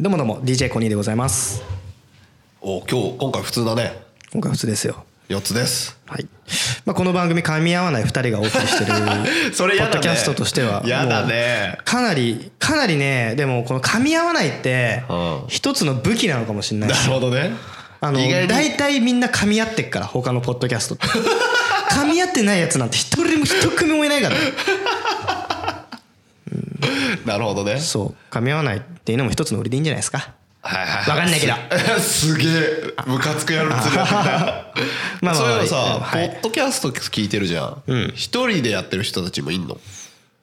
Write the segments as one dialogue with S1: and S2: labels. S1: どうもどうも DJ コニーでございます
S2: お今日今回普通だね
S1: 今回は普通ですよ
S2: 4つです
S1: はい、まあ、この番組噛み合わない2人がお送りして る
S2: それ
S1: ポ
S2: やだ
S1: ッ
S2: ね
S1: ドキャストとしては
S2: やだね
S1: もうかなりかなりねでもこの噛み合わないって
S2: うん
S1: 一つの武器なのかもしれな い
S2: なるほどね
S1: あの
S2: 意外に
S1: 大体みんな噛み合ってっから他のポッドキャストって 噛み合ってないやつなんて一人も一組もいないからね
S2: なるほどね
S1: そう噛み合わないっていうのも一つの売りでいいんじゃないですか
S2: はいはい
S1: わかんないけど
S2: ど すげえムカつくやる つるやつだ
S1: まあまあ
S2: そういえばさ、
S1: はい
S2: ポッドキャスト聞いてるじゃん一、人でやってる人たちもいんの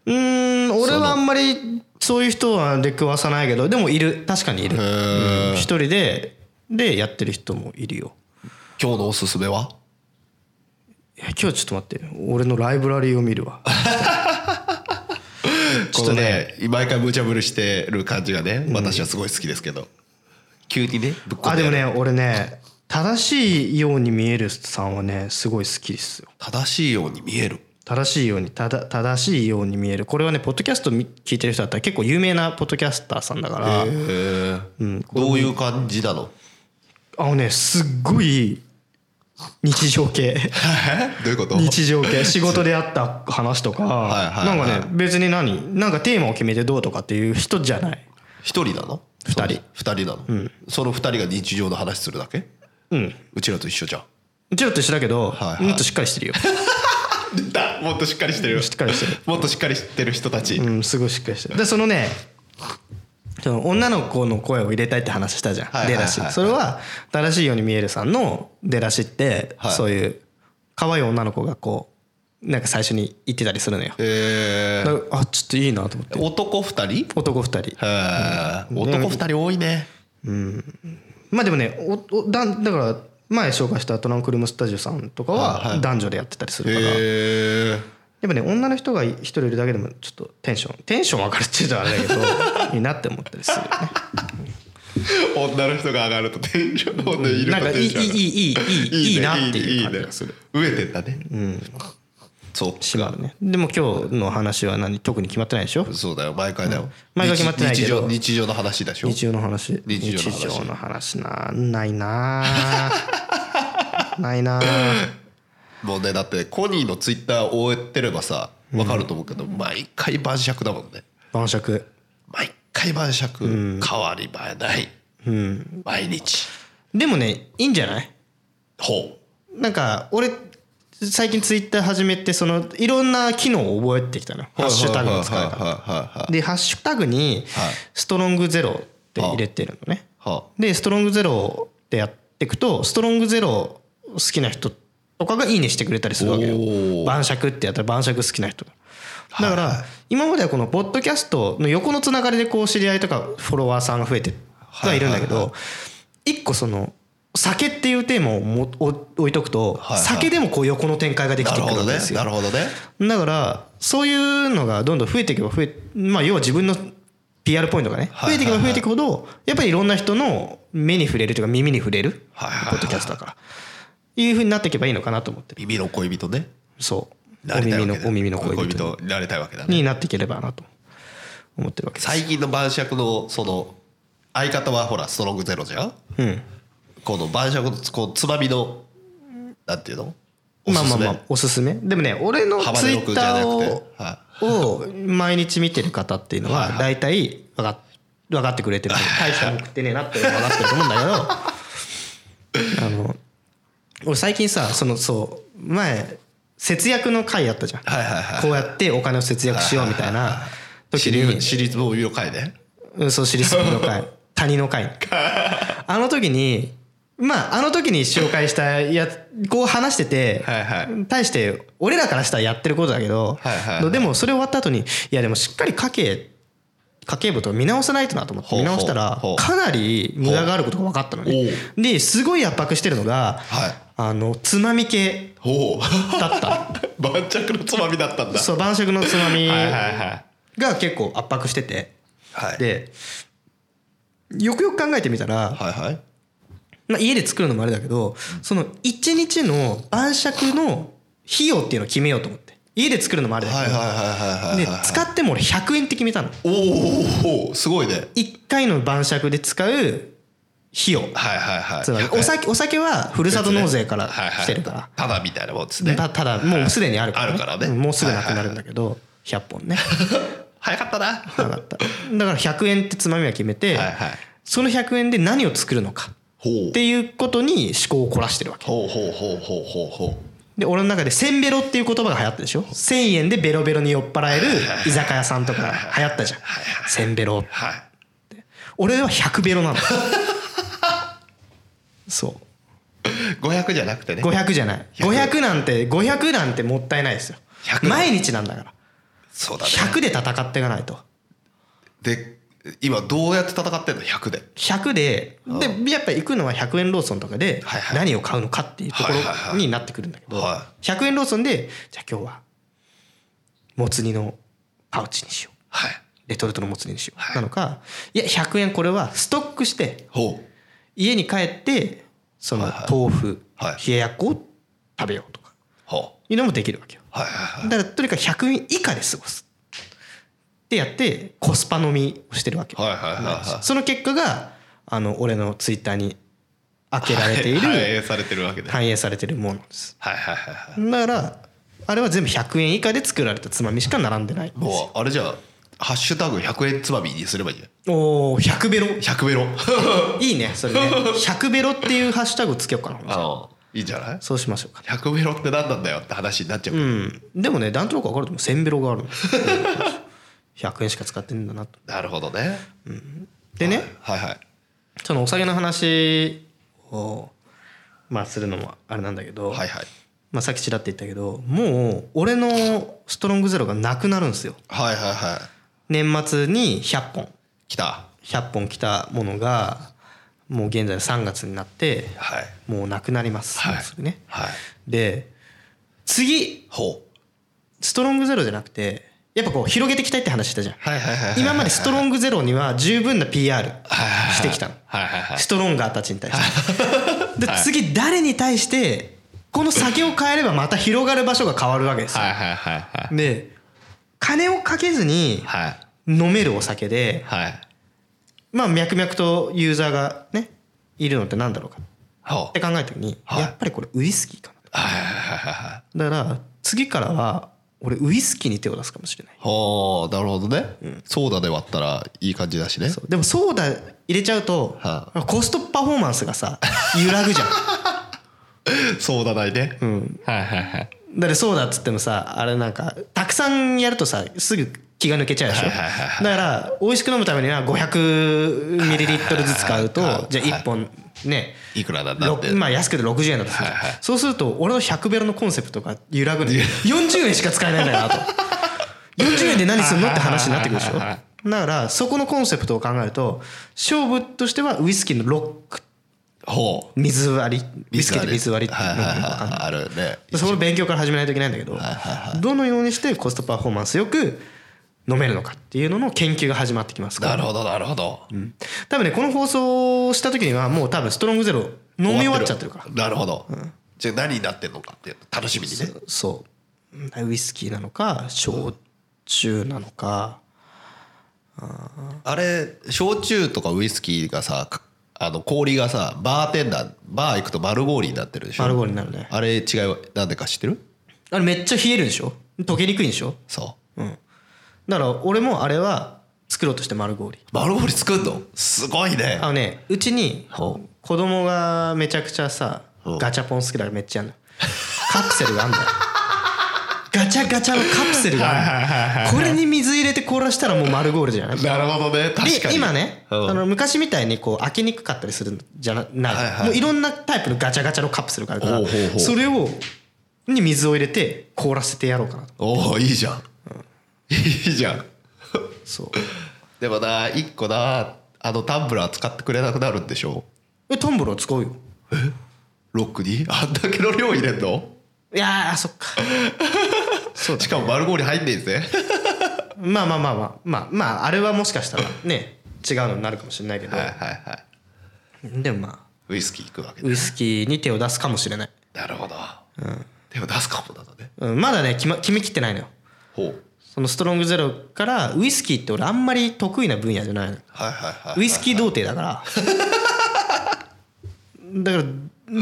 S1: うーん俺
S2: その
S1: はあんまりそういう人は出くわさないけどでもいる確かにいる
S2: へー
S1: うん一人ででやってる人もいるよ
S2: 今日のおすすめはい
S1: や今日ちょっと待って俺のライブラリーを見る わ
S2: ちょっとね毎回無茶ぶりしてる感じがね、私はすごい好きですけど急にねぶっ込
S1: あ
S2: ん
S1: で
S2: で
S1: も
S2: やる
S1: ね俺ね正しいように見えるさんはねすごい好きですよ
S2: 正しいように見える
S1: 正しいようにただ正しいように見えるこれはねポッドキャストみ聞いてる人だったら結構有名なポッドキャスターさんだから
S2: へーどういう感じなの
S1: あのねすっごい日常系
S2: どういうこと
S1: 日常系仕事であった話とか
S2: いはい
S1: な
S2: は
S1: ん
S2: い
S1: かね別に何なんかテーマを決めてどうとかっていう人じゃない
S2: 一人なの
S1: 二
S2: そ
S1: 人
S2: の二人なの、その二人が日常の話するだけ
S1: うん
S2: うちらと一緒じゃん
S1: うちらと一緒だけど
S2: はいはい
S1: もっとしっかりしてるよ
S2: だもっとしっかりしてる
S1: しっかりしてる
S2: もっとしっかりしてる人たち、
S1: うんすごいしっかりしてるでそのねその女の子の声を入れたいって話したじゃん、
S2: はいはいはいはい
S1: 出だしそれは「正しいように見える」さんの出だしって、
S2: はい
S1: そういう可愛い女の子がこうなんか最初に言ってたりするのよ、
S2: えー
S1: だからあちょっといいなと思って
S2: 男二人
S1: 男二人
S2: へー男二人多いね
S1: まあでもねおおだんだから前紹介したトランクルームスタジオさんとか
S2: はいは
S1: はい男女でやってたりするから、
S2: へえ
S1: やっぱね女の人が一人いるだけでもちょっとテンションテンション上がるって言うとあれだ けどいいなって思ったりするよね
S2: 女の人が上がるとテンション女いる
S1: な
S2: と
S1: んか
S2: テ
S1: いいい
S2: ンション上がる
S1: いいいいいいいいなっていう
S2: ね
S1: 感じ
S2: ね
S1: がする
S2: 飢えてんだねそう
S1: しまうねでも今日の話は何特に決まってないでしょ
S2: そうだよ毎回だよ
S1: 毎回決まってないけど
S2: 日日常日常の話だしょ
S1: 日常の話
S2: 日常の話
S1: 日常の話なな いなないな
S2: もうねだってコニーのツイッターを追ってればさ分かると思うけど、毎回晩酌だもんね
S1: 晩酌
S2: 毎回晩酌、変わり映えない、毎日
S1: でもねいいんじゃない
S2: ほ
S1: なんか俺最近ツイッター始めてそのいろんな機能を覚えてきたの
S2: う
S1: ハッシュタグの使い
S2: はい
S1: 方
S2: は
S1: でハッシュタグに
S2: はい
S1: 「ストロングゼロ」って入れてるのね
S2: いは
S1: でストロングゼロってやっていくとストロングゼロ好きな人とかが「いいね」してくれたりするわけ
S2: お
S1: よ
S2: ー
S1: 晩酌ってやったら晩酌好きな人がだから今まではこのポッドキャストの横のつながりでこう知り合いとかフォロワーさんが増えてはいるんだけ
S2: はい
S1: ど一個その酒っていうテーマをもお置いとくと
S2: はいはい
S1: 酒でもこう横の展開がで
S2: い
S1: き
S2: な
S1: て
S2: る
S1: く
S2: ほ
S1: る
S2: ど
S1: ん
S2: ね
S1: ですよ
S2: なるほどね
S1: だからそういうのがどんどん増えていけば増えまあ要は自分の PR ポイントがね
S2: は
S1: 増
S2: い
S1: えていけば増えていくほどやっぱりいろんな人の目に触れるというか耳に触れるポ
S2: はいはいはい
S1: ッドキャストだからいうふうになっていけばいいのかなと思ってる
S2: 耳の恋人ね
S1: そう
S2: な
S1: お
S2: りたい
S1: 耳
S2: わけ
S1: の
S2: ね
S1: お耳の恋人
S2: 恋人になれたいわけだね
S1: になっていければなと思ってるわけです
S2: 最近の晩酌のその相方はほらストロングゼロじゃん
S1: うん
S2: この晩酌のつこうつまみのなんていうのお
S1: まあ
S2: す
S1: ますあ
S2: め
S1: まあおすすめでもね俺の
S2: ハバ
S1: ツイ
S2: ネロく
S1: ッ
S2: んじゃ
S1: タ
S2: な
S1: ー
S2: くて
S1: を
S2: は
S1: を毎日見てる方っていうの
S2: は
S1: はい
S2: はい
S1: 大体分かっ分かってくれてる大したもん食ってねえなって分かってると思うんだけどあ の俺最近さそのそう前節約の回やったじゃん
S2: はいはいはい
S1: こうやってお金を節約しようみたいな時
S2: シリ
S1: に
S2: ーシリーズもの回ね
S1: うんそうシリスピの 回谷の回あの時にまああの時に紹介したやつこう話してて
S2: はいは
S1: 対して俺らからしたらやってることだけど
S2: はいはいはい
S1: でもそれ終わった後にいやでもしっかり家計家計簿とか見直さないとなと思って
S2: ほう
S1: 見
S2: ほう
S1: 直したら
S2: ほう
S1: かなり無駄があることが分かったのねですごい圧迫してるのが
S2: はい
S1: あのつまみ系
S2: お お
S1: だった
S2: 晩酌のつまみだったんだ
S1: そう晩酌のつまみ
S2: はいはいはい
S1: が結構圧迫してて
S2: はい
S1: でよくよく考えてみたら
S2: はいはい
S1: まあ、家で作るのもあれだけどその一日の晩酌の費用っていうのを決めようと思って家で作るのもあるじゃん
S2: はいはいはいはいはい
S1: で
S2: はい
S1: 使っても俺100円って決めたの
S2: おおすごいね
S1: 1回の晩酌で使う費用
S2: はいはいはい
S1: つまりお酒お酒はふるさと納税から
S2: はいはい
S1: 来てるから
S2: ただみたいなもんですね
S1: たただもうすでにあるから,、
S2: あるからね
S1: もうすぐなくなるんだけど100本ね
S2: 早かったなは
S1: なかっただから100円ってつまみは決めて、
S2: いはい
S1: その100円で何を作るのか
S2: ほう
S1: っていうことに思考を凝らしてるわけ
S2: ほうほうほうほうほうほ
S1: で俺の中で「千ベロ」っていう言葉が流行ったでしょ1000円でベロベロに酔っ払え る居酒屋さんとか流行ったじゃん「千ベ
S2: う」
S1: ロ
S2: はい
S1: 俺は100ベロなのそう
S2: 500じゃなくてね
S1: 500じゃない
S2: 100
S1: 500なんて500なんてもったいないですよ
S2: 100
S1: 毎日なんだから
S2: そうだね
S1: 100で戦っていかないと
S2: で今どうやって戦ってんの100で
S1: 100ででやっぱ行くのは100円ローソンとかで
S2: はいはい
S1: 何を買うのかっていうとこ
S2: はいはいは
S1: ろ
S2: い
S1: になってくるんだけど
S2: は
S1: 100円ローソンでじゃあ今日はもつ煮のパウチにしよう
S2: はい
S1: レトルトのもつ煮にしよ
S2: はいう
S1: なのかいや100円これはストックして
S2: ほう
S1: 家に帰ってその
S2: はいはい
S1: 豆腐
S2: はい
S1: 冷ややっこを食べようとか
S2: ほう
S1: いうのもできるわけよ
S2: はいはい
S1: だからとにかく100円以下で過ごすってやってコスパ飲みをしてるわけ、
S2: はいはいはいはい
S1: その結果があの俺のツイッターに開けられている、
S2: 反映されてるわけではい
S1: 反映されてるものです
S2: はいはいはい
S1: だからあれは全部100円以下で作られたつまみしか並んでないんですよ
S2: もうあれじゃあハッシュタグ100円つまみにすればいいじゃん
S1: おー100ベロ
S2: 100ベロ
S1: いいねそれね100ベロっていうハッシュタグをつけようかな
S2: あいいんじゃない
S1: そうしましょうか
S2: 100ベロって何なんだよって話になっちゃう、
S1: うんでもねなんとなく分かると思う1000ベロがあるの 100円しか使ってねえんだなと
S2: なるほどね
S1: でね、
S2: はいはい
S1: そのお酒の話をまあするのもあれなんだけど、
S2: はいはい
S1: まあ、さっきちらって言ったけどもう俺のストロングゼロがなくなるんですよ
S2: はいはいはい
S1: 年末に100本
S2: 来た
S1: 100本来たものがもう現在3月になって
S2: はい
S1: もうなくなります、
S2: はい
S1: もうすぐね、
S2: はい
S1: で次
S2: ほう
S1: ストロングゼロじゃなくてやっぱこう広げていきたいって話したじゃん
S2: はいはいはい
S1: 今までストロングゼロには十分な PR してきたの
S2: はいはいはい
S1: ストロンガーたちに対して。で次誰に対してこの酒を変えればまた広がる場所が変わるわけですよ。
S2: はいはいはいはい
S1: で金をかけずに
S2: はい
S1: 飲めるお酒で
S2: はい
S1: まあ脈々とユーザーがねいるのってなんだろうかっ
S2: ほう
S1: て考えた時に
S2: はい
S1: やっぱりこれウイスキーか
S2: はいはいはいはい
S1: な。だから次からは俺ウイスキーに手を出すかもしれない。
S2: ほうなるほどね、ソーダで割ったらいい感じだしね
S1: そうでもソーダ入れちゃうと
S2: は
S1: コストパフォーマンスがさ揺ら ぐじゃん。
S2: ソーダ代ねうんはいはいはい
S1: だってそうだっつってもさあれなんかたくさんやるとさすぐ気が抜けちゃうでしょ
S2: はいはいはいは
S1: だから美味しく飲むためには 500ml ずつ買うと
S2: はいはいはい
S1: じゃあ1本ね
S2: いくらなんだっ
S1: ろ
S2: て
S1: まあ安くて60円だとするじゃん
S2: はいはい
S1: そうすると俺の100ベロのコンセプトが揺ら ぐのよ40円しか使えないんだよなと40円で何すんのって話になってくるでしょ
S2: はいはいはい
S1: だからそこのコンセプトを考えると勝負としてはウイスキーのロック
S2: ほう
S1: 水割りウイスキーで水割りって
S2: はい
S1: いう
S2: はい
S1: の
S2: は
S1: が
S2: いはいあるね
S1: そこの勉強から始めないといけないんだけど、どのようにしてコストパフォーマンスよく飲めるのかっていうのの研究が始まってきますか
S2: なる
S1: ら
S2: ほどなるほど、
S1: 多分ねこの放送をした時にはもう多分ストロングゼロ飲み終わっちゃってるから
S2: なるほど、じゃあ何になってんのかっていうの楽しみにね
S1: そうウイスキーなのか焼酎なのか
S2: あれ焼酎とかウイスキーがさかあの氷がさバーテンダーバー行くと丸氷になってるでしょ
S1: 丸ルゴになるね
S2: あれ違いはなんでか知ってる
S1: あれめっちゃ冷えるんでしょ溶けにくいんでしょ
S2: そう
S1: だから俺もあれは作ろうとして丸氷
S2: 丸氷作んのすごいね
S1: あのねうちに
S2: ほ
S1: 子供がめちゃくちゃさ
S2: ほう
S1: ガチャポン好きだからめっちゃやんのカプセルがあんだよ ガチャガチャのカプセルがあるこれに水入れて凍らしたらもう丸ゴールじゃないで
S2: なるほどね確かに
S1: 今ね
S2: うん
S1: あの昔みたいにこう開けにくかったりするんじゃなない、
S2: はい
S1: い
S2: はい
S1: もういろんなタイプのガチャガチャのカプセルがあるから
S2: ほうほうほう
S1: それをに水を入れて凍らせてやろうかなと
S2: おおいいじゃん、いいじゃん
S1: そう
S2: でもな一個なあのタンブラー使ってくれなくなるんでしょ
S1: えトンボロ使うよ
S2: ロックにあんだけの量入れんの
S1: いやーそっか
S2: しかも丸氷入んねえぜ
S1: まあまあまあまあまあまああれはもしかしたらね違うのになるかもしれないけど、
S2: はいはいはい
S1: でもまあ
S2: ウイスキーいくわけ
S1: ウイスキーに手を出すかもしれない
S2: なるほど、手を出すかもなのね
S1: うん、まだね決,、ま、決めきってないのよ
S2: ほう
S1: そのストロングゼロからウイスキーって俺あんまり得意な分野じゃないの
S2: はいはいはいはい
S1: ウイスキー童貞だから だから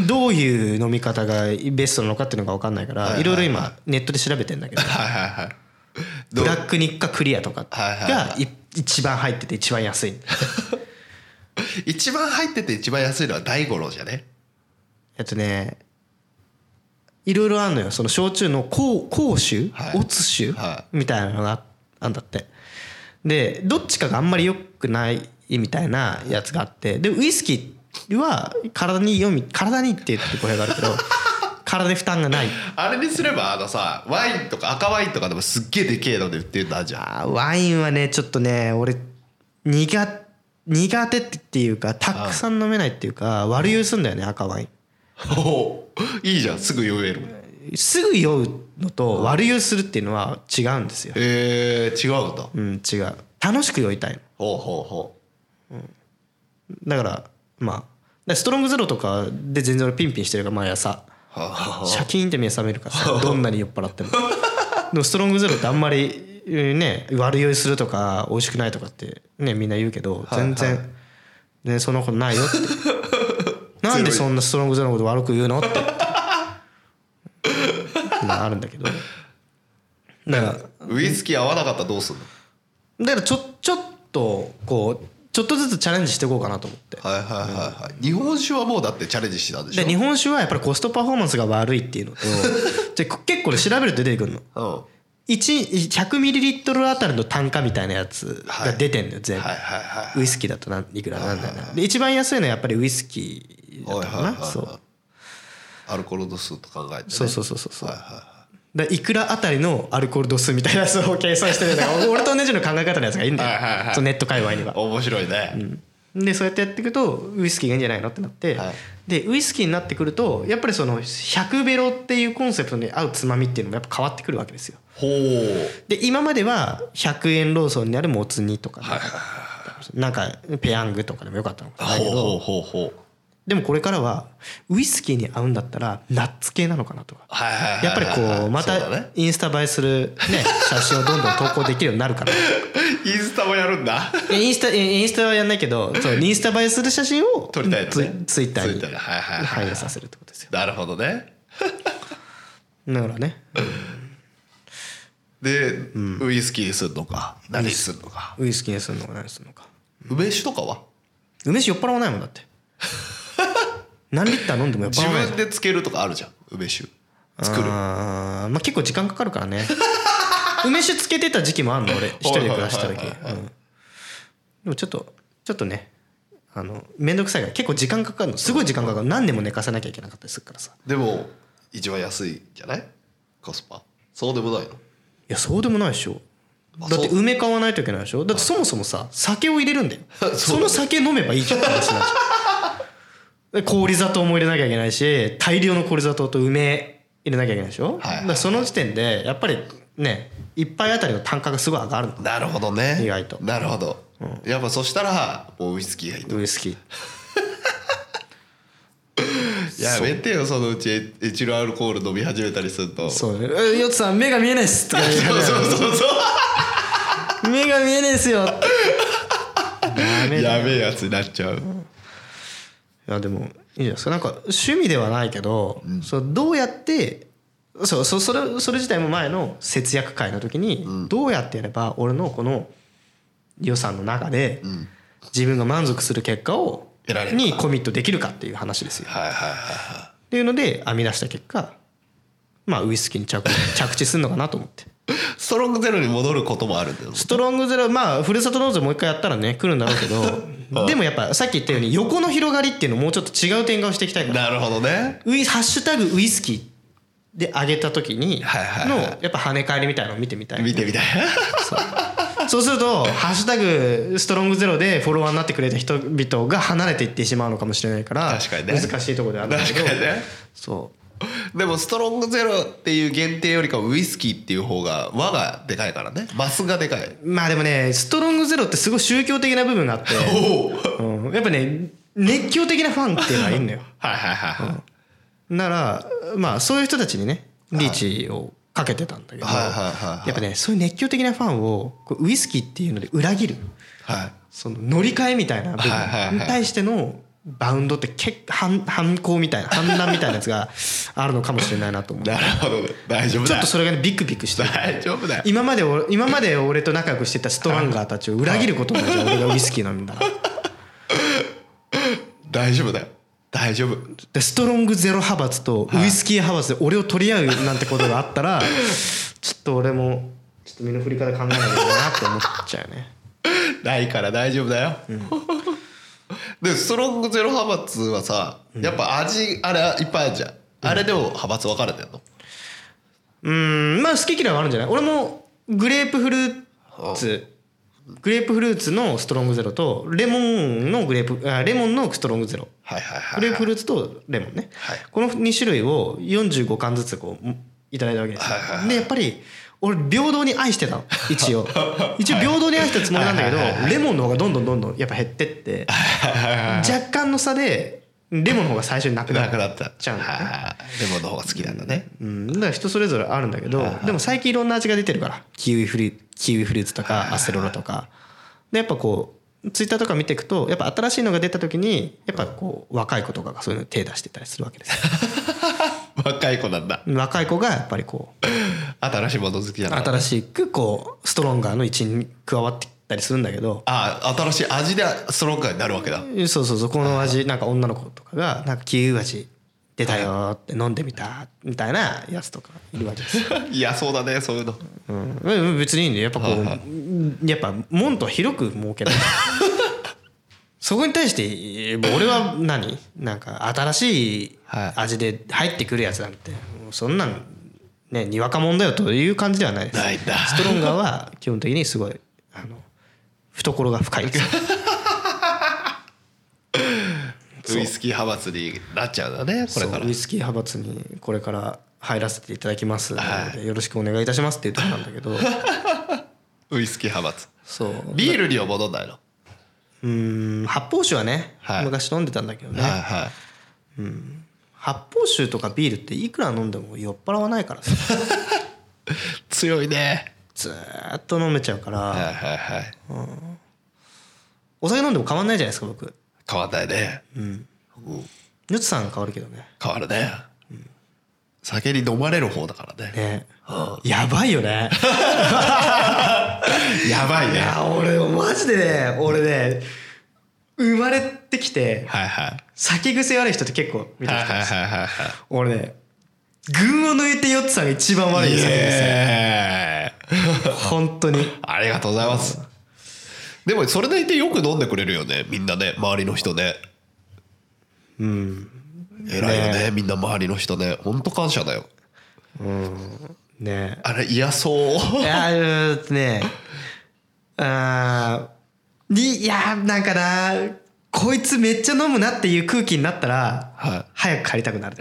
S1: どういう飲み方がベストなのかっていうのが分かんないか
S2: はいはいは
S1: ら
S2: い
S1: いろいろ今ネットで調べてんだけど
S2: はいはいはいどう
S1: ブラックニッカクリアとか
S2: はいはいは
S1: がい一番入ってて一番安いい
S2: 一番入ってて一番安いのは大五郎じゃね
S1: やとねいろいろあるのよその焼酎の甲甲酒
S2: はい
S1: 乙酒
S2: は
S1: みたいなのがあんだってでどっちかがあんまり良くないみたいなやつがあってでウイスキーは体に読み体にって言って声があるけど 体に負担がない
S2: あれにすればあのさワインとか赤ワインとかでもすっげえでけえので売ってんだじゃん
S1: あーワインはねちょっとね俺苦苦手っていうかたくさん飲めないっていうか悪酔いすんだよね赤ワイン
S2: おーいいじゃんすぐ酔える
S1: すぐ酔うのと悪酔いするっていうのは違うんですよ
S2: えー、違うんだ
S1: うん違う楽しく酔いたいの
S2: ほうほうほ
S1: だからまあだからストロングゼロとかで全然俺ピンピンしてるから毎朝
S2: うはあはあ
S1: シャキーンって目覚めるからさどんなに酔っ払ってもでもストロングゼロってあんまりうんね悪酔いするとか美味しくないとかってねみんな言うけど全然、ね、そんなことないよって なんでそんなストロングゼロのこと悪く言うのってまああるんだけどだから
S2: ウイスキー合わなかったらどうすんの
S1: だからちょちょっとこうちょっとずつチャレンジしていこうかなと思って
S2: はいはいはいはい日本酒はもうだってチャレンジしてたでし
S1: で
S2: ょ
S1: 日本酒はやっぱりコストパフォーマンスが悪いっていうのと じゃあ結構ね調べると出てくるの
S2: うんはい
S1: 100ミリリットルあたりの単価みたいなやつが出てんのよ全部、
S2: はいは
S1: ウイスキーだとなんいくらなんだよな、で一番安いのはやっぱりウイスキーだったか
S2: はいはいは
S1: な
S2: いはい
S1: そう
S2: いアルコール度数と考えて、ね、
S1: そうそうそうそうそう
S2: はいはい
S1: だいくらあたりのアルコール度数みたいなやつを計算してるんだから 俺と同じの考え方のやつがいいんだよ、
S2: はいはいはい
S1: そのネット界隈には
S2: 面白いね、
S1: でそうやってやっていくとウイスキーがいいんじゃないのってなって、
S2: はい
S1: でウイスキーになってくるとやっぱりその100ベロっていうコンセプトに合うつまみっていうのもやっぱ変わってくるわけですよ
S2: ほう
S1: で今までは100円ローソンにあるもつ煮とかね、なんかペヤングとかでもよかったのかもしれないけど
S2: ほうほうほう
S1: でもこれからはウイスキーに合うんだったらナッツ系なのかなとか
S2: はいはいはい
S1: やっぱ
S2: はい
S1: りこうま
S2: そだ
S1: た
S2: ね
S1: インスタ映えする ね写真をどんどん投稿できるようになるから
S2: インスタもやるんだ
S1: えインスタえインスタはやんないけどそうインスタ映えする写真を
S2: 撮りたいのね
S1: ツイツイッター
S2: ツイッ
S1: に
S2: ターにはいはいはいはい
S1: 反映させるってことですよ
S2: なるほどね
S1: だからね
S2: で、ウイスキーにするのか何にするのか、
S1: ウイスキーにするのか何にするのか
S2: 梅酒とかは
S1: 梅酒酔っ払わないもんだ って何リッター飲んでも酔っ
S2: 自
S1: 払わない
S2: 分でつけるとかあるじゃん梅酒作る
S1: あーまあ結構時間かかるからね梅酒つけてた時期もあん の俺一人で暮らしてた時
S2: はいはいはいはい
S1: うんでもちょっとちょっとねあの面倒くさいから結構時間かかるのすごい時間かかる何年も寝かさなきゃいけなかったりするからさ
S2: でも一番安いんじゃないコスパそうでもないの
S1: いやそうでもないでしょ
S2: あ
S1: だって
S2: そう
S1: 梅買わないといけないでしょだってそもそもさ酒を入れるんだよ
S2: そう
S1: その酒飲めばいいじゃんって話になっちゃう で氷砂糖も入れなきゃいけないし大量の氷砂糖と梅入れなきゃいけないでし
S2: はい
S1: ょ、
S2: はいはい
S1: だからその時点でやっぱりね一杯あたりの単価がすごい上がるの
S2: なるほどね
S1: 意外と
S2: なるほど、やっぱそしたらもうウイスキーがいいと
S1: ウイスキー
S2: やめてよそのうちエチルアルコール飲み始めたりすると
S1: そうねえ「ヨッツさん目が見えないっす」とか言う
S2: そうそうそうそう
S1: 目が見えないっすよ」 ダメだ
S2: やべえやつになっちゃう、
S1: いやでもいいじゃないですかなんか趣味ではないけど、そうどうやってそうそうそれそれ自体も前の節約会の時に、どうやってやれば俺のこの予算の中で、自分が満足する結果を
S2: 得られるか
S1: にコミットできるかっていう話ですよ。
S2: はいはいはいは
S1: っていうので編み出した結果まあウイスキーに着 着地するのかなと思って。
S2: いストロングゼロに戻ることもあるんだよ
S1: ストロングゼロまあふるさと納税もう一回やったらね来るんだろうけ どでもやっぱさっき言ったように横の広がりっていうのをもうちょっと違う展開をしていきたいから
S2: なるほどね
S1: ウイハッシュタグウイスキーで上げた時に
S2: はいはい
S1: の
S2: はい
S1: やっぱ跳ね返りみたいなのを見てみたい
S2: 見てみたい
S1: そうすると「ハッシュタグストロングゼロ」でフォロワーになってくれた人々が離れていってしまうのかもしれないから
S2: 確かにね
S1: 難しいところではあるんだけ
S2: 確
S1: ど
S2: かにね
S1: そう
S2: でもストロングゼロっていう限定よりかはウイスキーっていう方が和がでかいからねマスがでかい
S1: まあでもねストロングゼロってすごい宗教的な部分があって、
S2: おおはい
S1: うん、やっぱね熱 狂的なファンっていうのがいいんだよ
S2: はいはいはい
S1: ならまあそういう人たちにねリーチをかけてたんだけど、
S2: はいはいはいはい
S1: やっぱねそういう熱狂的なファンをこうウイスキーっていうので裏切る
S2: はい
S1: その乗り換えみたいな部
S2: はいはいはい
S1: 分に対してのバウンドって結反反抗みたいな反乱みたいなやつ があるのかもしれないなと思う
S2: なるほど大丈夫
S1: ちょ
S2: だ
S1: っとそれがねビクビ クしてる
S2: 大丈夫だよ
S1: 今まで俺今まで俺と仲良くしてたストランガーたちを裏切ることになっちゃう俺がウイスキー飲んだら
S2: 大丈夫だよ大丈夫
S1: でストロングゼロ派閥とウイスキー派閥で俺を取り合うなんてことがあっ たらちょっと俺もちょっと身の振り方考えなきゃいけないなって思っちゃうね
S2: ないから大丈夫だよ、でストロングゼロ派閥はさやっぱ味あれいっぱいあるじゃん、あれでも派閥分かれてんの
S1: うーんまあ好き嫌いはあるんじゃない俺もグレープフルーツグレープフルーツのストロングゼロとレモンのグレープあレモンのストロングゼロ
S2: はいはいは
S1: グ
S2: い、は
S1: レー
S2: い
S1: プフルーツとレモンね、
S2: はい
S1: この2種類を45缶ずつこういただいたわけですよ、
S2: はいはいはい
S1: でやっぱり俺平等に愛してたの 一応一応平等に愛してたつもりなんだけど、レモンの方がどんどんどんどんやっぱ減ってって若干の差でレモンの方が最初になくな
S2: な
S1: っ
S2: くなった
S1: ちゃうんだよね
S2: はいはいレモンの方が好きなんだね、
S1: うん、だから人それぞれあるんだけど、でも最近いろんな味が出てるからキウイフルキウイフルーツとかアセロラとかでやっぱこうツイッターとか見ていくとやっぱ新しいのが出た時にやっぱこう若い子とかがそういうのに手出してたりするわけです よ
S2: 若い子なんだ
S1: 若い子がやっぱりこう
S2: 新しいもの好きじゃない
S1: 新しくこうストロンガーの一員に加わってきたりするんだけど
S2: あ新しい味でストロングになるわけだ
S1: そうそうそうこの味なんか女の子とかがなんかキウイ味出たよって飲んでみたみたいなやつとかいるわけですよ
S2: いやそうだねそういうの
S1: うん、別にいいんだよやっぱこう、やっぱ門と広く設けない そこに対してもう俺は何なんか新しい
S2: はい
S1: 味で入ってくるやつなんてもうそんなんねにわかもんだよという感じではないです
S2: ないんだ
S1: ストロンガーは基本的にすごいあの懐が深いです
S2: ウイスキー派閥になっちゃうんだねこれから
S1: そうウイスキー派閥にこれから入らせていただきますのでよろしくお願いいたしますっていうところなんだけ ど
S2: ウイスキー派閥
S1: そう
S2: ビールには戻んないの
S1: うん発泡酒はね、
S2: はい
S1: 昔飲んでたんだけどね、
S2: はいはい
S1: 発泡酒とかビールっていくら飲んでも酔っ払わないか らさ
S2: 強いね
S1: ずーっと飲めちゃうから、
S2: はいはいはい
S1: お酒飲んでも変わんないじゃないですか僕
S2: 変わんないね
S1: ヌツさん変わるけどね
S2: 変わるね酒に飲まれる方だからね
S1: ねやばいよね
S2: やばい
S1: い
S2: ね
S1: や俺マジでね俺ね生まれてきて
S2: はいはい
S1: 酒癖悪い人って結構見てき
S2: はい
S1: た
S2: は
S1: ん
S2: い
S1: ですよ
S2: はいはいはい
S1: 俺ね群を抜いてヨッツさんが一番悪いんですよ
S2: えー
S1: 本当に
S2: ありがとうございますでもそれでいてよく飲んでくれるよねみんなね周りの人ねうん偉いよねみんな周りの人ねほんと感謝だよ
S1: ね
S2: あれ嫌そう
S1: いやうーんとねあーにいやーなんかなこいつめっちゃ飲むなっていう空気になったら、
S2: はい
S1: 早く帰りたくなる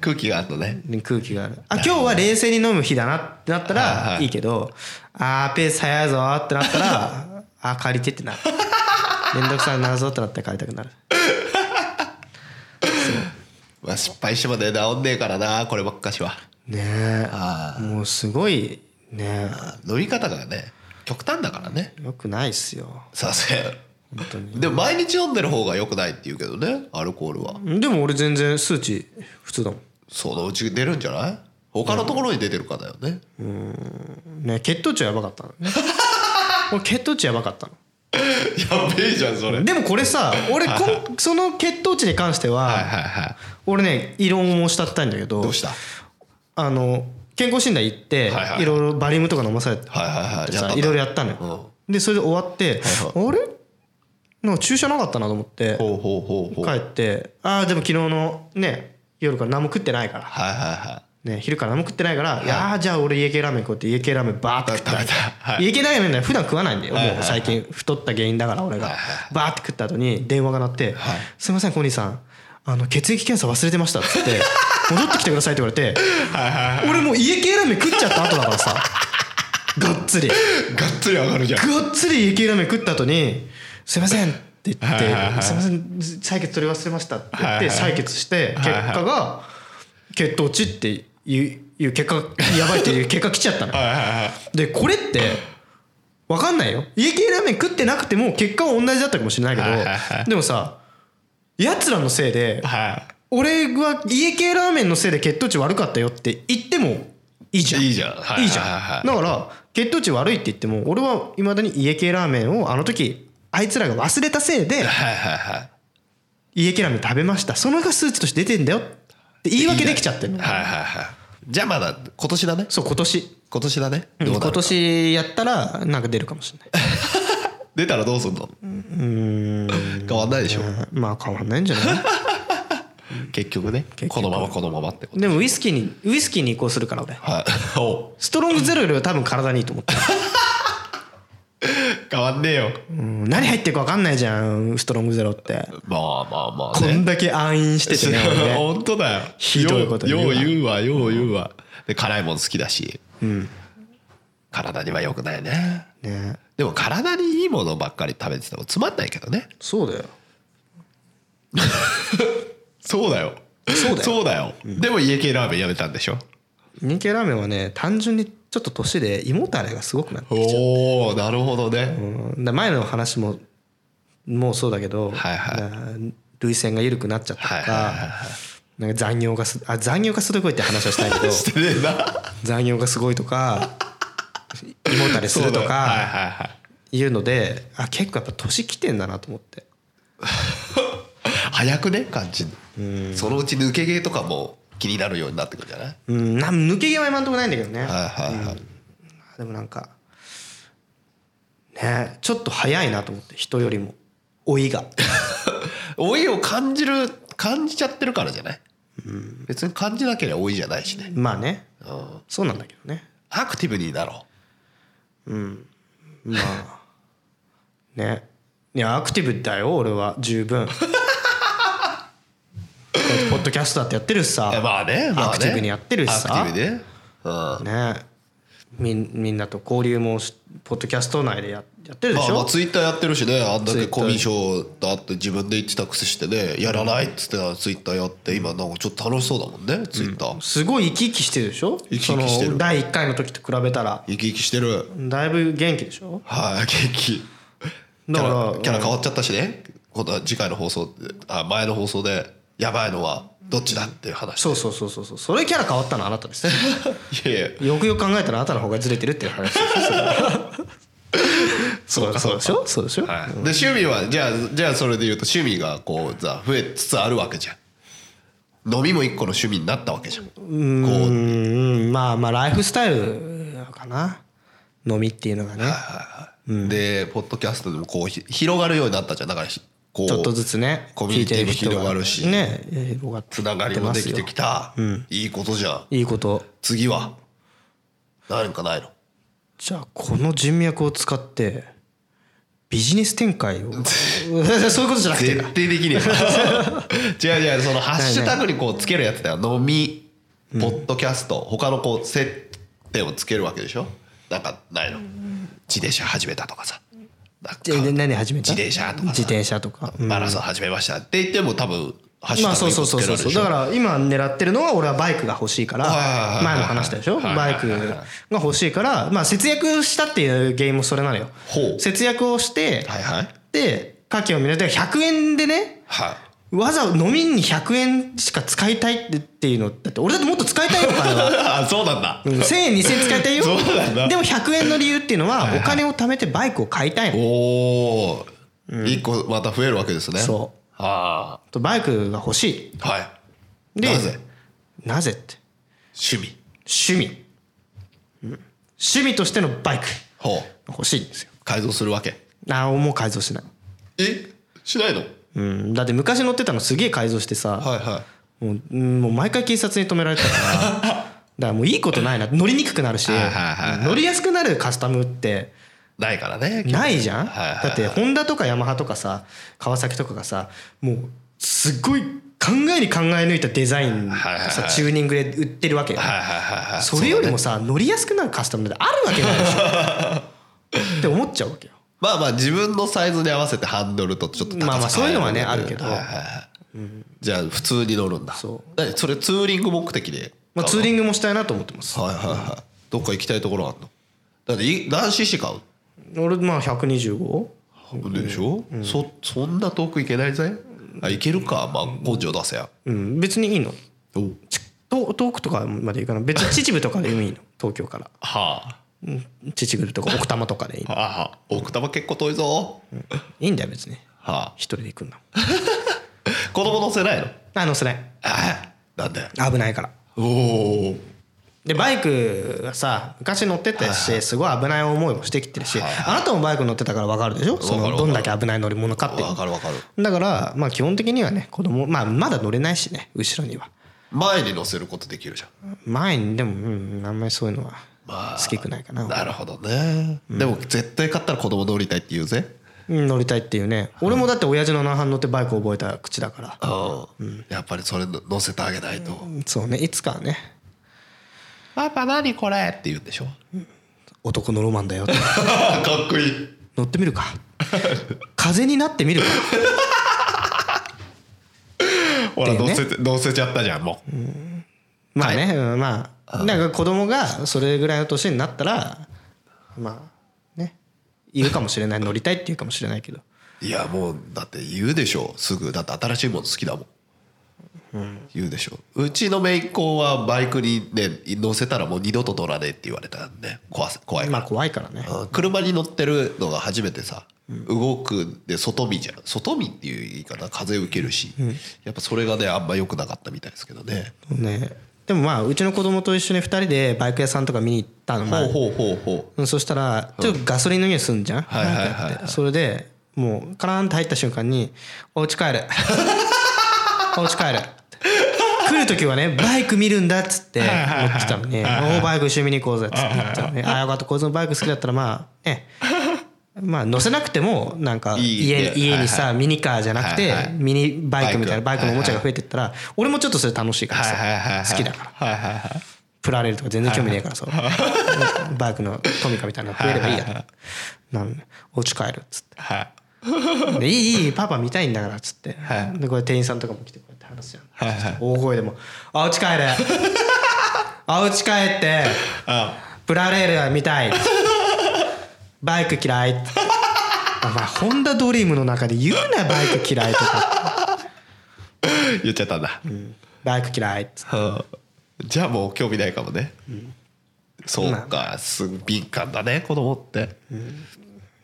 S2: 空気があるのね
S1: 空気があるあ今日は冷静に飲む日だなってなっ
S2: は
S1: た
S2: いは
S1: ら
S2: い
S1: いいけど、あーペース早いぞーってなっ たらあー帰りてってなるめんどくさくなるぞってなったら帰りたくなる
S2: まあ失敗してまで治んねえからなこればっかしは
S1: ねえ
S2: あ
S1: もうすごいね
S2: あ飲み方がね極端だからね
S1: よくないっすよ
S2: さすが
S1: 本当に
S2: でも毎日飲んでる方が良くないって言うけどねアルコールは
S1: でも俺全然数値普通だもん
S2: そのうち出るんじゃない他のところに出てるかだよね、
S1: ね血糖値はやばかったのね俺血糖値やばかったの
S2: やべえじゃんそれ
S1: でもこれさ俺こんその血糖値に関して
S2: はい
S1: は
S2: はいはい
S1: 俺ね異論をしたったんだけど
S2: どうした
S1: あの健康診断行って
S2: はいはい
S1: いろいろバリウムとか飲まされて
S2: はいはいはい
S1: さ
S2: ったんだ
S1: いろいろやったのよでそれで終わってあれなんか注射なかったなと思って
S2: ほうほうほうほう
S1: 帰
S2: はい
S1: ってああでも昨日のね夜から何も食ってないから
S2: はいはい
S1: ね、昼から何も食ってないから、い、やーじゃあ俺家系ラーメンこうやって家系ラーメンバーって食った
S2: 食べたは
S1: 家系ラーメンね普段食わないんだよ、もう最近太った原因だから俺が、
S2: はい
S1: バーって食った後に電話が鳴って「
S2: はい
S1: すいませんコニーさんあの血液検査忘れてました」っつ って「戻ってきてください」って言われて俺もう家系ラーメン食っちゃった後だか らさがっつり
S2: がっつり上がるじゃん
S1: がっつり家系ラーメン食った後に「すいません」って言って
S2: はいはいはい
S1: 「すいません採血取り忘れました」って言っ
S2: はい
S1: て
S2: はいはい
S1: 採血して結
S2: はいはい
S1: 果が血糖値っていういう結果やばいっていう結果来ちゃったの
S2: はいはいはい
S1: でこれって分かんないよ家系ラーメン食ってなくても結果は同じだったかもしれないけ
S2: はいはいはい
S1: どでもさやつらのせいで
S2: は
S1: 俺は家系ラーメンのせいで血糖値悪かったよって言ってもいいじゃん
S2: いいじゃんはい
S1: いいじ
S2: はいはい
S1: ゃ
S2: は
S1: ん
S2: い
S1: だから血糖値悪いって言っても俺はいまだに家系ラーメンをあの時あいつらが忘れたせいで
S2: いはいはいはい
S1: 家系ラーメン食べましたそのが数値として出てんだよって言い訳できちゃってるの
S2: はいはいはいじゃあまだ今年だね
S1: そう今年
S2: 今年だねどうなるか
S1: 今年やったらなんか出るかもし れない
S2: 出たらどうすんの変わんないでしょ
S1: まあ変わんないんじゃない
S2: 結局ねこのままこのままってこと
S1: でもウイスキーにウイスキーに移行するから俺
S2: はいお
S1: ストロングゼロよりは多分体にいいと思ってる、
S2: 変わんねえよ
S1: うん何入ってるか分かんないじゃんストロングゼロって
S2: まあまあまあ
S1: こ
S2: ね
S1: んだけ暗飲しててね俺ね
S2: 本当だよ
S1: ひどいこと言うわ
S2: ようよう言うわよう言うわで辛いもん好きだし、体には良くないね
S1: ね
S2: でも体にいいものばっかり食べててもつまんないけどね
S1: そうだよ
S2: そうだよ
S1: そうだよ
S2: そうだよ、でも家系ラーメンやめたんでしょ
S1: 人気ラーメンはね単純にちょっと年で胃もたれがすごくなってきちゃう
S2: おおなるほどね、
S1: うんだ前の話ももうそうだけど、
S2: はいはい
S1: だ涙腺が緩くなっちゃったとか,、
S2: はいはいはいは
S1: なんか残業がすあ残業がすごいって話はしたい けど
S2: してねえな
S1: 残業がすごいとか胃もたれすると
S2: そうだはい
S1: か
S2: はいはい
S1: いうのであ結構やっぱ年来てんだなと思って
S2: 早くね感じそのうち抜け毛とかも気になるようになってくるんじゃない
S1: うんなん抜け毛は今んとこないんだけどね、
S2: はいはいはい
S1: でもなんかねちょっと早いなと思って人よりも老いが
S2: 老いを感じる感じちゃってるからじゃない、別に感じなければ老いじゃないしね、
S1: まあね
S2: うん
S1: そうなんだけどね
S2: アクティブになろ
S1: まあねいやアクティブだよ俺は十分 こうやってポッドキャストだってやってるしさ
S2: ういやまあね,、まあ、ね
S1: アクティブにやってるしさ
S2: アクティブね、うん
S1: ねみんみんなと交流もしポッドキャスト内でややってるでし
S2: まあ、まあ
S1: ょ
S2: ツイッターやってるしねあんだけ
S1: Twitter
S2: コミュ障だって自分で言ってたくせしてねやらないっつってたらツイッターやって今なんかちょっと楽しそうだもんねツイッター、
S1: すごい生き生きしてるでしょ
S2: 生き生きしてる
S1: その第1回の時と比べたら
S2: 生き生きしてる
S1: だいぶ元気でしょ
S2: はい、元気
S1: だから
S2: キャラキャラ変わっちゃったしね今度は次回の放送であ前の放送でやばいのはどっちだっていう話
S1: そうそうそうそうそうそれキャラ変わったのあなたで す
S2: いやいや
S1: よくよく考えたらあなたの方がずれてるっていう話 そうそうでしょそうでしょ、
S2: はい、で趣味はじゃあじゃあそれで言うと趣味がこうさ増えつつあるわけじゃん飲みも一個の趣味になったわけじゃんこう
S1: うんまあまあライフスタイルかな飲みっていうのがね
S2: でポッドキャストでもこうひ広がるようになったじゃんだからひこう
S1: ちょっとずつね
S2: コミュニティも
S1: 聞いて人
S2: 広がるし
S1: ね広がって
S2: つながりもできてき
S1: た
S2: た、いいことじゃん
S1: いいこと
S2: 次は何かないの
S1: じゃあこの人脈を使ってビジネス展 開を そういうことじゃなくて
S2: 絶対できね え違う違うそのハッシュタグにこうつけるやつだよ飲みポッドキャスト他のこう接点をつけるわけでしょなんかないの自転車始めたとかさなんか
S1: でで何始めた
S2: 自転車とかさ
S1: 自転車とか、うん
S2: マラソン始めましたって言っても多分ハッシュ
S1: まあ
S2: タグ
S1: そう
S2: にこ
S1: そう
S2: うつ
S1: そ
S2: けられるで
S1: うそうそう
S2: しょ
S1: だから今狙ってるのは俺はバイクが欲しいから
S2: はいはいはいはい
S1: 前も話したでしょ
S2: はいはい
S1: バ
S2: はい
S1: イクが欲しいからまあ節約したっていう原因もそれなのよ
S2: ほう
S1: 節約をして
S2: はいはい
S1: で家計を見れて100円でね
S2: はい
S1: わざわざ飲みに100円しか使いたいってっていうのだって俺だってもっと使いたいよお金 は
S2: あそうなんだ
S1: うん1000円2000円使いたいよ
S2: そうなんだ
S1: でも100円の理由っていうのはお金を貯めてバイクを買いたいの
S2: おお一個また増えるわけですね
S1: そ
S2: あ
S1: とバイクが欲し
S2: あはい
S1: いで
S2: なぜ
S1: なぜって
S2: 趣味
S1: 趣味、うん趣味としてのバイク
S2: ほう
S1: 欲しいんですよ
S2: 改造するわけ
S1: ああもう改造しない、
S2: えしないのはい
S1: うん、だって昔乗ってたのすげえ改造してさ、
S2: はい
S1: もううんもう毎回警察に止められてたから だからもういいことないな乗りにくくなるし
S2: はいはいはいはい
S1: 乗りやすくなるカスタムって
S2: ないからね
S1: ないじゃん
S2: はいはいはい
S1: だってホンダとかヤマハとかさ川崎とかがさもうすっごい考えに考え抜いたデザイン
S2: はいはい
S1: さ
S2: はい
S1: チューニングで売ってるわけよ
S2: はいはいはいはい
S1: それより
S2: う
S1: もさ乗りやすくなるカスタムなんてあるわけないでしょって思っちゃうわけよ
S2: まあまあ自分のサイズに合わせてハンドルとちょっと高さ
S1: まあまあそういうのはね
S2: 変えられる
S1: あるけど
S2: はいはいはいじゃあ普通に乗るんだ
S1: そう
S2: 何それツーリング目的で
S1: まあ、ツーリングもしたいなと思ってます
S2: はいはいはいどっか行きたいところあんのだってい何 cc 買う
S1: 俺まあ 125?
S2: でしょ、そそんな遠く行けないぜあ行けるかまあ根性出せや、
S1: うん別にいいの
S2: お
S1: ち遠遠くとかまで行かない別に秩父とかでもいいの東京から
S2: は
S1: うん秩父とか奥多摩とかでいい
S2: あ
S1: の
S2: はあはあ奥多摩結構遠いぞ、
S1: いいんだよ別に
S2: はあ
S1: 一人で行くんだもん
S2: 子供乗せないの
S1: あのそれ
S2: ああなんだよ
S1: 危ないから
S2: おお
S1: でバイクはさ昔乗ってたしすごい危ない思いもしてきてるしあなたもバイク乗ってたから分かるでしょそ
S2: わか
S1: の
S2: る
S1: どんだけ危ない乗り物かっていう
S2: わかるわかる
S1: だからまあ基本的にはね子供まあまだ乗れないしね後ろには
S2: 前に乗せることできるじゃん
S1: 前にでもうんあんまりそういうのは
S2: まあ
S1: 好きくないかな
S2: なるほどね、でも絶対買ったら子供乗りたいって言うぜ
S1: うん乗りたいっていうね俺もだって親父の七飯乗ってバイク覚えた口だから
S2: うん、やっぱりそれの乗せてあげないと「
S1: そうねいつかはね
S2: パパ何これ?」って言うんでしょ
S1: 男のロマンだよっ て
S2: かっこいい
S1: 乗ってみるか風になってみるか
S2: ほら
S1: でね
S2: 乗せて乗せちゃったじゃんもう、
S1: まあね、うんまあなんか子供がそれぐらいの年になったらまあね言うかもしれない乗りたいって言うかもしれないけど
S2: いやもうだって言うでしょすぐだって新しいもの好きだもん、言うでしょうちの姪っ子はバイクにね乗せたらもう二度と乗らねえって言われたんで怖さ怖いから
S1: まあ怖いからね
S2: あ車に乗ってるのが初めてさ、動くで外見じゃん外見っていう言い方風受けるし、やっぱそれがねあんま良くなかったみたいですけどね、
S1: ねでもまあうちの子供と一緒に2人でバイク屋さんとか見に行ったのまあ
S2: ほうほうほうほ
S1: うんそしたらちょっとガソリンの匂いすんじゃん、
S2: はいはいはいはい
S1: なんかってそれでもうカラーンって入った瞬間に「お家帰 る」「お家帰る」来る時はねバイク見るんだっつって持ってきたのに「おーバイク一緒に見に行こうぜ」っつって言ったのに「ああよかったこいつのバイク好きだったらまあねまあ乗せなくてもなんか
S2: いい
S1: 家
S2: ね
S1: 家にさミニカーじゃなくて
S2: はいはい
S1: ミニバイクみたいな
S2: バ
S1: バ
S2: イ
S1: イ
S2: ク
S1: クのおもちゃが増えてったら俺もちょっとそれ楽しいから
S2: はいはいはいは
S1: さ
S2: い
S1: 好きだから
S2: うはいはいはい
S1: プラレールとか全然興味ねえからさ、 バイクのトミカみたいなの増えればいいやと。なんでお家帰るっつっ
S2: はい
S1: て。でいいいいパパ見たいんだからっつって
S2: は。
S1: でこれ店員さんとかも来てこうやって話すじゃん。
S2: はいはい
S1: 大声でも「あお 家帰れあお家帰って
S2: あ
S1: プラレールが見たい」バイク嫌いってお前ホンダドリームの中で言うなバイク嫌いとか
S2: 言っちゃったんだ、
S1: バイク嫌いっつって
S2: はあ じゃあもう興味ないかもね、そうかすぐ敏感だね子供って、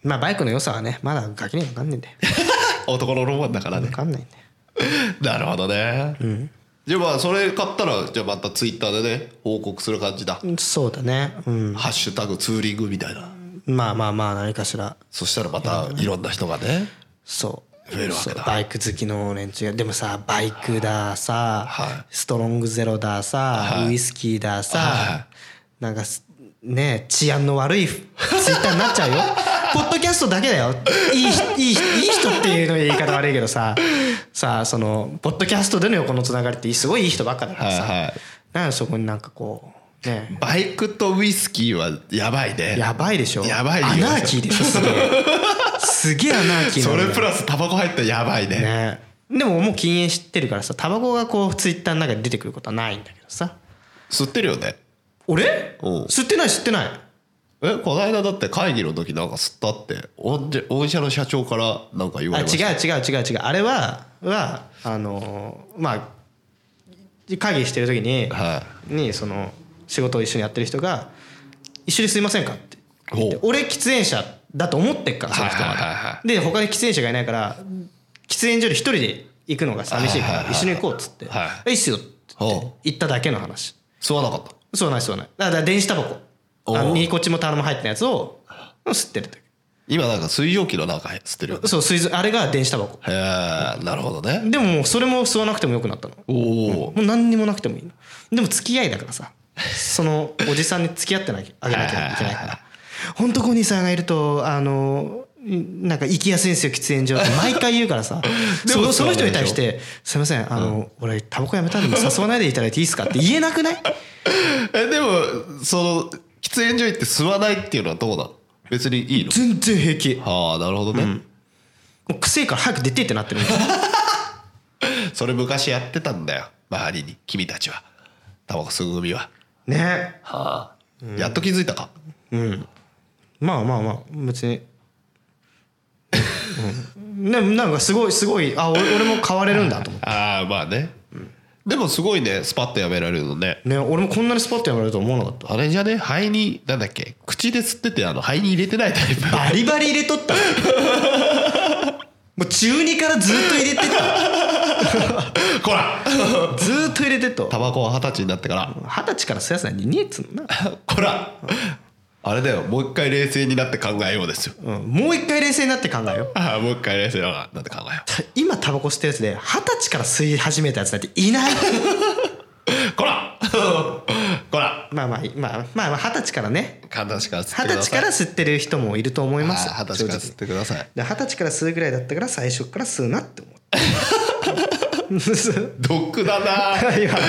S1: まあバイクの良さはねまだガキには分かんねえんだよ
S2: 男のロマンだからね
S1: 分かんないんだよ
S2: なるほどね、じゃあまあそれ買ったらじゃあまたツイッターでね報告する感じだ、
S1: うんそうだねうん
S2: ハッシュタグツーリングみたいな
S1: まあまあまあ何かしら
S2: そしたらまたいろんな人がね
S1: そう
S2: 増えるわけだ
S1: そうバイク好きの連中がでもさバイクださ、
S2: はい
S1: ストロングゼロださ、
S2: はい
S1: ウイスキーださ、
S2: は
S1: なんかすねえ治安の悪いツイッターになっちゃ うよポッドキャストだけだよいいいいいい人っていうの言い方悪いけどささあそのポッドキャストでの横のつながりってすごいいい人ばっかだからさ、
S2: はいはい
S1: なんでそこになんかこうねえ
S2: バイクとウイスキーはやばいね
S1: やばいでしょ
S2: やばいよ
S1: アナーキーでしょすげえすげえアナーキーな
S2: そ
S1: んだよ
S2: れプラスタバコ入ったらやばいね
S1: ねでももう禁煙してるからさタバコがこうツイッターの中で出てくることはないんだけどさ
S2: 吸ってるよね
S1: 俺
S2: うん
S1: 吸ってない吸ってない
S2: えこの間だって会議の時なんか吸ったって御社御社の社長からなんか言わ
S1: あ
S2: れ
S1: 違
S2: ました
S1: う違う違う違うあれははあのーまあ会議してる時に
S2: は
S1: にその仕事を一緒にやってる人が「一緒に吸いませんか?」って言って
S2: ほ
S1: 俺喫煙者だと思ってっからその人
S2: はいはいはいは
S1: はで他に喫煙者がいないから喫煙所に一人で行くのが寂しいか
S2: はいはいは
S1: ら
S2: い
S1: 一緒に行こうっつって
S2: はい
S1: 「えいいっすよ」って言って
S2: ほ
S1: 行っただけの話
S2: 吸わなかった
S1: そうないそうないだから電子タバコ
S2: おう
S1: あのニコチンもタラも入ってないやつを吸ってるだ
S2: 今なんか水蒸気のなんか吸ってるよね
S1: けそう水素あれが電子タバコ
S2: へえなるほどね
S1: でももうそれも吸わなくてもよくなったの
S2: おお
S1: もう何にもなくてもいいのでも付き合いだからさそのおじさんに付き合ってなきゃあげなきゃいけないから本当コニーさんがいるとあのんなんか行きやすいんですよ喫煙所って毎回言うから さ
S2: で
S1: そ
S2: も
S1: のその人に
S2: そうなんでし
S1: 対
S2: ょ
S1: して「すいませんあの、俺タバコやめたんで誘わないでいただいていいですか?」って言えなくない
S2: えでもその喫煙所行って吸わないっていうのはどうなの別にいいの
S1: 全然平気
S2: はあなるほどね、
S1: もう癖から早く出てってなってる
S2: それ昔やってたんだよ周りに君たちはタバコ吸う組は
S1: ね
S2: はあ、やっと気づいたか
S1: まあまあまあ別に、うん、ねなんかすごいすごいあ俺俺も変われるんだと思っ
S2: ああまあね、でもすごいねスパッとやめられるのね
S1: てね俺もこんなにスパッとやめられると思わなかった
S2: あれじゃね肺になんだっけ口で吸っててあの肺に入れてないタイプ
S1: バリバリ入れとったもう中2からずっと入れてった
S2: こ ら
S1: ずーっと入れてった
S2: タバコは二十歳になってから
S1: 二十歳からすやすなんにねえっつうのな、
S2: こらあれだよもう一回冷静になって考えようですよ
S1: うん、もう一回冷静になって考えよう
S2: ああもう一回冷静になって考えよ
S1: た今タバコ吸ってるやつで二十歳から吸い始めたやつなんてい ない
S2: うこら こら
S1: まあまあまあまあまあ二十歳からね
S2: 簡単しから吸っ
S1: 二
S2: てくだ
S1: 十歳
S2: さ
S1: か
S2: い
S1: ら吸ってる人もいると思います
S2: はい二十歳から吸ってください
S1: で二十歳から吸うぐらいだったから最初から吸うなって思 った
S2: 毒だ な
S1: 今ね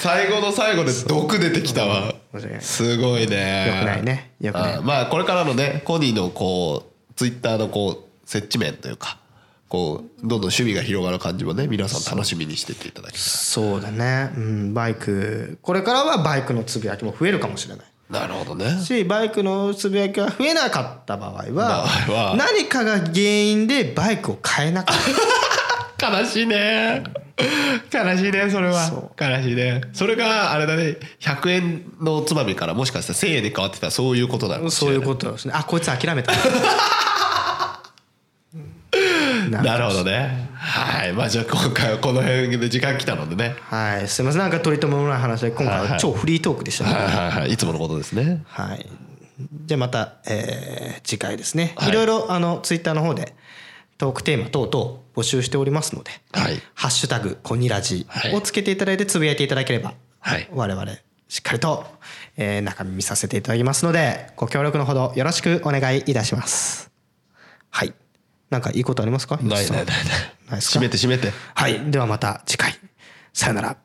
S2: 最後の最後で毒出てきたわ
S1: 申し訳ない
S2: すごいね
S1: よくないねよくない
S2: あーまあこれからのねコニーのこうツイッターのこう設置面というかこうどんどん趣味が広がる感じもね皆さん楽しみにしてっていただきたい
S1: そうだね、うん、バイクこれからはバイクのつぶやきも増えるかもしれない
S2: なるほどね
S1: しバイクのつぶやきが増えなかった場合は
S2: 場合は
S1: 何かが原因でバイクを買えなかっ
S2: 悲しいね悲しいねそれ
S1: そ
S2: は悲しいねそれがあれだね100円のおつまみからもしかしたら1000円に変わってたらそういうことなのか
S1: た
S2: もし
S1: そう
S2: れ
S1: い
S2: な
S1: うことですねあこいつ諦めたな
S2: なるほどねはいまあじゃあ今回はこの辺で時間来たのでね
S1: はいすいませんなんか取り留めもない話で今回は超フリートークでしたね
S2: はいはいはいいつものことですね
S1: はい。じゃあまた、えー次回ですね。
S2: はい
S1: いろいろあのツイッターの方でトークテーマ等々募集しておりますので、
S2: はい
S1: ハッシュタグコニラジ
S2: はい
S1: をつけていただいてつぶやいていただければ、
S2: はい
S1: 我々しっかりと、えー中身見させていただきますので、ご協力のほどよろしくお願いいたします。はい。なんかいいことありますか？
S2: ない
S1: 吉さ
S2: なんいないない
S1: ないですか
S2: 閉めて閉めて
S1: はい。ではまた次回。さよなら。